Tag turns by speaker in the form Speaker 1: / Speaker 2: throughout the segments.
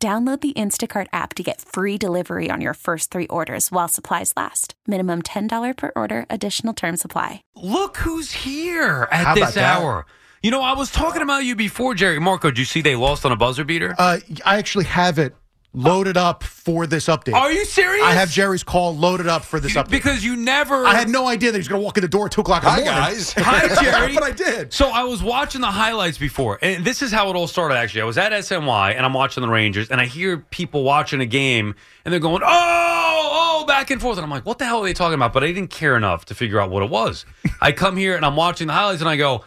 Speaker 1: Download the Instacart app to get free delivery on your first three orders while supplies last. Minimum $10 per order, additional term supply.
Speaker 2: Look who's here at
Speaker 3: How about
Speaker 2: this
Speaker 3: that?
Speaker 2: hour. You know, I was talking about you before, Jerry Marco. Did you see they lost on a buzzer beater?
Speaker 3: Uh, I actually have it loaded up for this update.
Speaker 2: Are you serious?
Speaker 3: I have Jerry's call loaded up for this update.
Speaker 2: because you never.
Speaker 3: I had no idea that he's going to walk in the door at 2 o'clock in the
Speaker 4: Hi,
Speaker 3: morning.
Speaker 4: guys.
Speaker 2: Hi, Jerry.
Speaker 3: but I did.
Speaker 2: So I was watching the highlights before, and this is how it all started. Actually, I was at SNY and I'm watching the Rangers, and I hear people watching a game, and they're going, "Oh, oh," back and forth, and I'm like, "What the hell are they talking about?" But I didn't care enough to figure out what it was. I come here and I'm watching the highlights, and I go,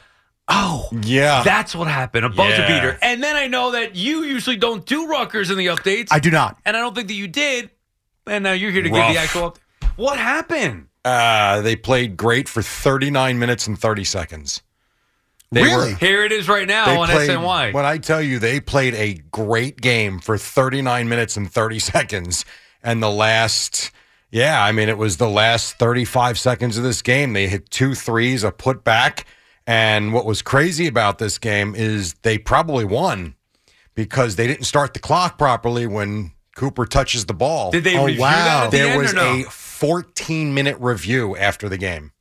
Speaker 2: "Oh,
Speaker 4: Yeah.
Speaker 2: that's what happened—a buzzer
Speaker 4: Uh, Yeah.
Speaker 2: beater." And then I know that you usually don't do Rutgers in the updates,
Speaker 3: I do not.
Speaker 2: and I don't think that you did. And now you're here to give
Speaker 4: Rough.
Speaker 2: the actual. Up- what happened?
Speaker 4: Uh, they played great for 39 minutes and 30 seconds. They
Speaker 3: Really?
Speaker 4: were-
Speaker 2: Here it is right now
Speaker 4: they
Speaker 2: on
Speaker 4: played,
Speaker 2: SNY.
Speaker 4: When I tell you they played a great game for 39 minutes and 30 seconds, and the last, yeah, I mean, it was the last 35 seconds of this game. They hit two threes, a putback. And what was crazy about this game is they probably won because they didn't start the clock properly when Cooper touches the ball.
Speaker 2: Did they
Speaker 3: Oh,
Speaker 2: review that
Speaker 3: wow.
Speaker 2: at the
Speaker 4: there
Speaker 2: end
Speaker 4: was
Speaker 2: or no?
Speaker 4: a 14 minute review after the game.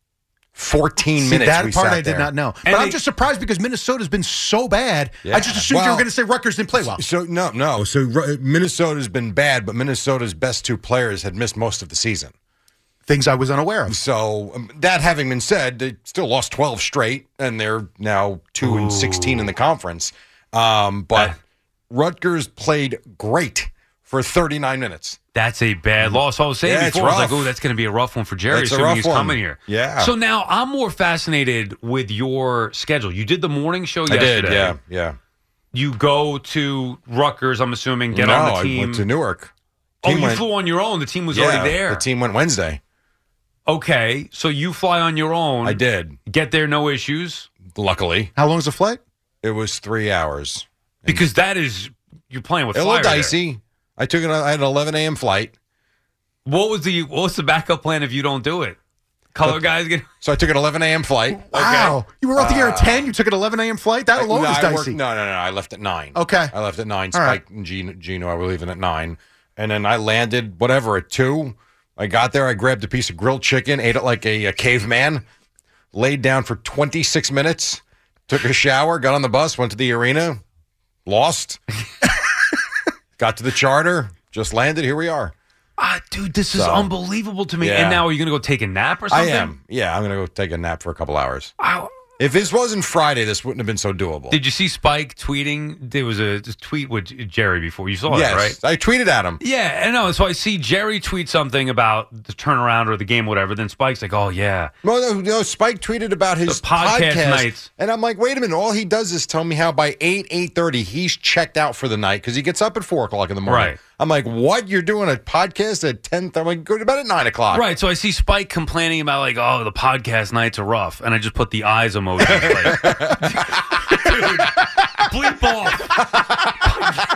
Speaker 4: 14
Speaker 3: See,
Speaker 4: minutes.
Speaker 3: that
Speaker 4: we
Speaker 3: part
Speaker 4: sat
Speaker 3: I did
Speaker 4: there.
Speaker 3: not know.
Speaker 2: And
Speaker 3: but
Speaker 2: they-
Speaker 3: I'm just surprised because Minnesota's been so bad. I just assumed you
Speaker 4: Well-
Speaker 3: were going to say Rutgers didn't play well.
Speaker 4: So no, no. So Ru- uh, Minnesota's been bad, but Minnesota's best two players had missed most of the season.
Speaker 3: Things I was unaware of.
Speaker 4: So um, that having been said, they still lost twelve straight, and they're now two and sixteen in the conference. Um, but
Speaker 2: Ah.
Speaker 4: Rutgers played great for thirty nine minutes.
Speaker 2: That's a bad loss. I was saying
Speaker 4: Mm. Yeah, it's
Speaker 2: before, I was like,
Speaker 4: rough.
Speaker 2: "Oh, that's going to be a rough one for Jerry."
Speaker 4: It's a
Speaker 2: assuming
Speaker 4: rough
Speaker 2: he's
Speaker 4: one.
Speaker 2: coming here.
Speaker 4: Yeah.
Speaker 2: So now I'm more fascinated with your schedule. You did the morning show yesterday.
Speaker 4: Yeah, yeah.
Speaker 2: You go to Rutgers. I'm assuming get on the
Speaker 4: No,
Speaker 2: team.
Speaker 4: I went to Newark.
Speaker 2: oh,
Speaker 4: Team
Speaker 2: you
Speaker 4: went-
Speaker 2: flew on your own. The team was
Speaker 4: yeah,
Speaker 2: already there.
Speaker 4: The team went Wednesday.
Speaker 2: Okay, so you fly on your own.
Speaker 4: I did.
Speaker 2: Get there, no issues,
Speaker 4: Luckily,
Speaker 3: How long is the flight?
Speaker 4: it was three hours.
Speaker 2: because that is you're playing with
Speaker 4: A
Speaker 2: fire
Speaker 4: little
Speaker 2: there.
Speaker 4: dicey. I took it. I had an eleven a.m. flight.
Speaker 2: What was the what was the backup plan if you don't do it? Color guys get.
Speaker 4: So I took an 11 a.m. flight.
Speaker 3: Wow. You were off the air at 10. You took an 11 a.m. flight. That alone
Speaker 4: no,
Speaker 3: is
Speaker 4: Uh, I
Speaker 3: dicey.
Speaker 4: worked- no, no, no. I left at nine.
Speaker 3: Okay.
Speaker 4: I left at nine.
Speaker 3: All right.
Speaker 4: Spike and Gino, Gino, I were leaving at nine, and then I landed whatever at two. I got there. I grabbed a piece of grilled chicken, ate it like a, a caveman, laid down for 26 minutes, took a shower, got on the bus, went to the arena, lost, got to the charter, just landed. Here we are.
Speaker 2: Ah, dude, this is
Speaker 4: So-
Speaker 2: unbelievable to me.
Speaker 4: Yeah.
Speaker 2: And now are you going to go take a nap or something?
Speaker 4: I am. Yeah, I'm gonna go take a nap for a couple hours.
Speaker 2: Wow.
Speaker 4: If this wasn't Friday, this wouldn't have been so doable.
Speaker 2: Did you see Spike tweeting? There was a tweet with Jerry before. You saw
Speaker 4: yes,
Speaker 2: it, right?
Speaker 4: I tweeted at him.
Speaker 2: Yeah, I know. So I see Jerry tweet something about the turnaround or the game, whatever. Then Spike's like, "Oh yeah,
Speaker 4: Well, no, no, Spike tweeted about his
Speaker 2: The podcast nights.
Speaker 4: and I'm like, wait a minute. All he does is tell me how by eight, eight thirty, he's checked out for the night because he gets up at four o'clock in the morning.
Speaker 2: Right.
Speaker 4: I'm like, what? You're doing a podcast at ten? I'm like, go to bed at nine o'clock.
Speaker 2: right." So I see Spike complaining about like, "Oh, the podcast nights are rough," and I just put the eyes emoji. Like, Dude, bleep off.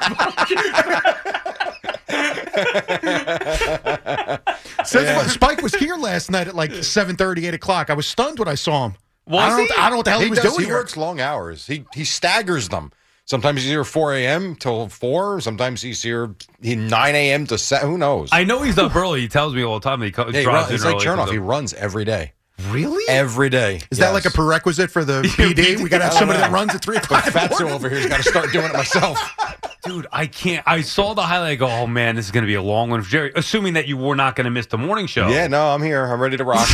Speaker 3: Since Spike was here last night at like 7.30, 8 o'clock, I was stunned when I saw him.
Speaker 2: Was
Speaker 3: I, don't
Speaker 2: he?
Speaker 3: Know, I don't know what the hell he,
Speaker 4: He
Speaker 3: was
Speaker 4: does.
Speaker 3: doing
Speaker 4: He
Speaker 3: here.
Speaker 4: works long hours. He he staggers them. Sometimes he's here 4 a.m. till 4. Sometimes he's here he 9 a.m. to 7. Who knows?
Speaker 2: I know he's up early. He tells me all the time. He co-
Speaker 4: Yeah, he
Speaker 2: drives
Speaker 4: run- he's
Speaker 2: in
Speaker 4: like
Speaker 2: early.
Speaker 4: Chernoff.
Speaker 2: comes
Speaker 4: He
Speaker 2: up-
Speaker 4: runs every day.
Speaker 2: really?
Speaker 4: Every day.
Speaker 3: Is that like a prerequisite for the PD? We got to have
Speaker 4: I don't
Speaker 3: somebody that
Speaker 4: know.
Speaker 3: runs at 3
Speaker 4: But
Speaker 3: o'clock in the
Speaker 4: Fatso
Speaker 3: morning?
Speaker 4: over here's got to start doing it myself.
Speaker 2: Dude, I can't. I saw the highlight. I go, oh man, this is going to be a long one for Jerry. Assuming that you were not going to miss the morning show.
Speaker 3: Oh.
Speaker 4: Yeah, no, I'm here. I'm ready to rock.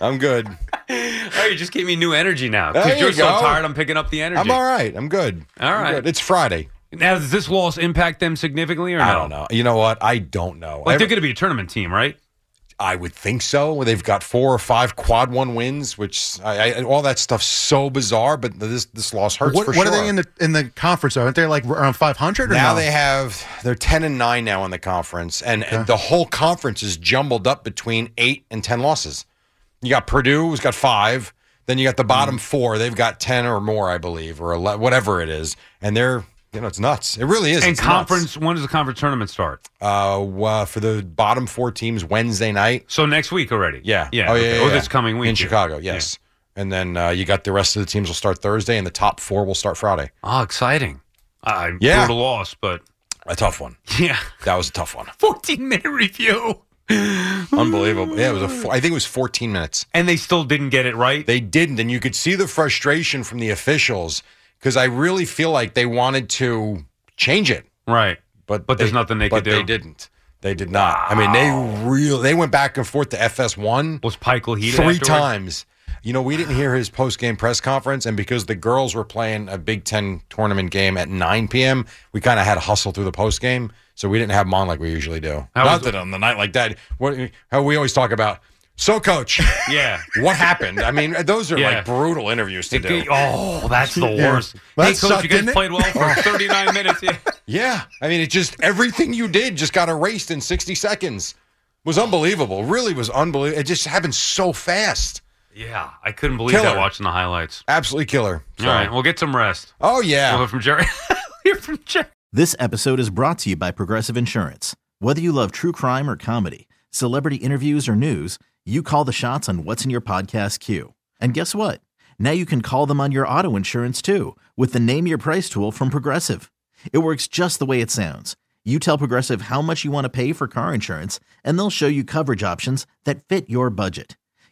Speaker 4: I'm good.
Speaker 2: Oh, you just gave me new energy now.
Speaker 4: There
Speaker 2: Because
Speaker 4: you
Speaker 2: you're so
Speaker 4: go.
Speaker 2: tired, I'm picking up the energy.
Speaker 4: I'm all right. I'm good.
Speaker 2: All
Speaker 4: I'm
Speaker 2: right.
Speaker 4: good. It's Friday.
Speaker 2: Now, does this loss impact them significantly or no?
Speaker 3: Oh.
Speaker 4: I don't know. You know what? I don't know.
Speaker 2: Like,
Speaker 4: Every-
Speaker 2: they're going to be a tournament team, right?
Speaker 4: I would think so. Where they've got four or five quad one wins, which I, I, all that stuff's so bizarre. But this this loss hurts
Speaker 3: What,
Speaker 4: for
Speaker 3: what
Speaker 4: sure.
Speaker 3: are they in the in the conference? Aren't they like around 500? Or
Speaker 4: now
Speaker 3: no?
Speaker 4: they have they're ten and nine now in the conference, and, and the whole conference is jumbled up between eight and ten losses. You got Purdue, who's got five. Then you got the
Speaker 2: Mm.
Speaker 4: bottom four; they've got ten or more, I believe, or 11, whatever it is. And they're you know it's nuts. It really is.
Speaker 2: And
Speaker 4: It's nuts.
Speaker 2: conference, when does the conference tournament start?
Speaker 4: uh, wa- for the bottom four teams Wednesday night.
Speaker 2: So next week already.
Speaker 4: Yeah.
Speaker 2: Yeah.
Speaker 4: Oh, yeah,
Speaker 2: okay.
Speaker 4: yeah,
Speaker 2: Oh,
Speaker 4: yeah.
Speaker 2: this coming week
Speaker 4: in Chicago. Yes. And then uh, you got the rest of the teams will start Thursday, and the top four will start Friday.
Speaker 2: Oh, exciting. I'm
Speaker 4: Yeah.
Speaker 2: yeah. brutal loss, but
Speaker 4: A tough one.
Speaker 2: yeah.
Speaker 4: That was a tough one.
Speaker 2: 14 minute review.
Speaker 4: Unbelievable. Yeah, it was a. Four, I think it was 14 minutes.
Speaker 2: And they still didn't get it right.
Speaker 4: They didn't, and you could see the frustration from the officials because I really feel like they wanted to change it,
Speaker 2: right.
Speaker 4: but
Speaker 2: But there's nothing they
Speaker 4: but
Speaker 2: could do.
Speaker 4: They didn't. They did not. I mean, they really they went back and forth to FS1.
Speaker 2: Was Pikel heated
Speaker 4: three
Speaker 2: afterward?
Speaker 4: times. You know, we didn't hear his post game press conference, and because the girls were playing a Big Ten tournament game at 9 p.m., we kind of had to hustle through the post game, so we didn't have him on like we usually do.
Speaker 2: How
Speaker 4: Not
Speaker 2: was-
Speaker 4: that on the night like that, what how we always talk about. So, coach,
Speaker 2: Yeah.
Speaker 4: what happened? I mean, those are
Speaker 2: Yeah.
Speaker 4: like brutal interviews to do.
Speaker 2: Oh, that's the
Speaker 3: Yeah.
Speaker 2: worst.
Speaker 3: Well,
Speaker 2: hey,
Speaker 3: that
Speaker 2: coach,
Speaker 3: sucked,
Speaker 2: you guys
Speaker 3: didn't it?
Speaker 2: played well for 39 minutes. Yeah.
Speaker 4: Yeah, I mean, it just everything you did just got erased in 60 seconds. Was unbelievable. Really was unbelievable. It just happened so fast.
Speaker 2: Yeah, I couldn't believe that
Speaker 4: Killer.
Speaker 2: watching the highlights.
Speaker 4: Absolutely killer.
Speaker 2: All right, we'll get some rest.
Speaker 4: Oh yeah.
Speaker 2: We'll hear from Jerry. hear from Jerry.
Speaker 5: This episode is brought to you by Progressive Insurance. Whether you love true crime or comedy, celebrity interviews or news, you call the shots on what's in your podcast queue. And guess what? Now you can call them on your auto insurance too with the Name Your Price tool from Progressive. It works just the way it sounds. You tell Progressive how much you want to pay for car insurance, and they'll show you coverage options that fit your budget.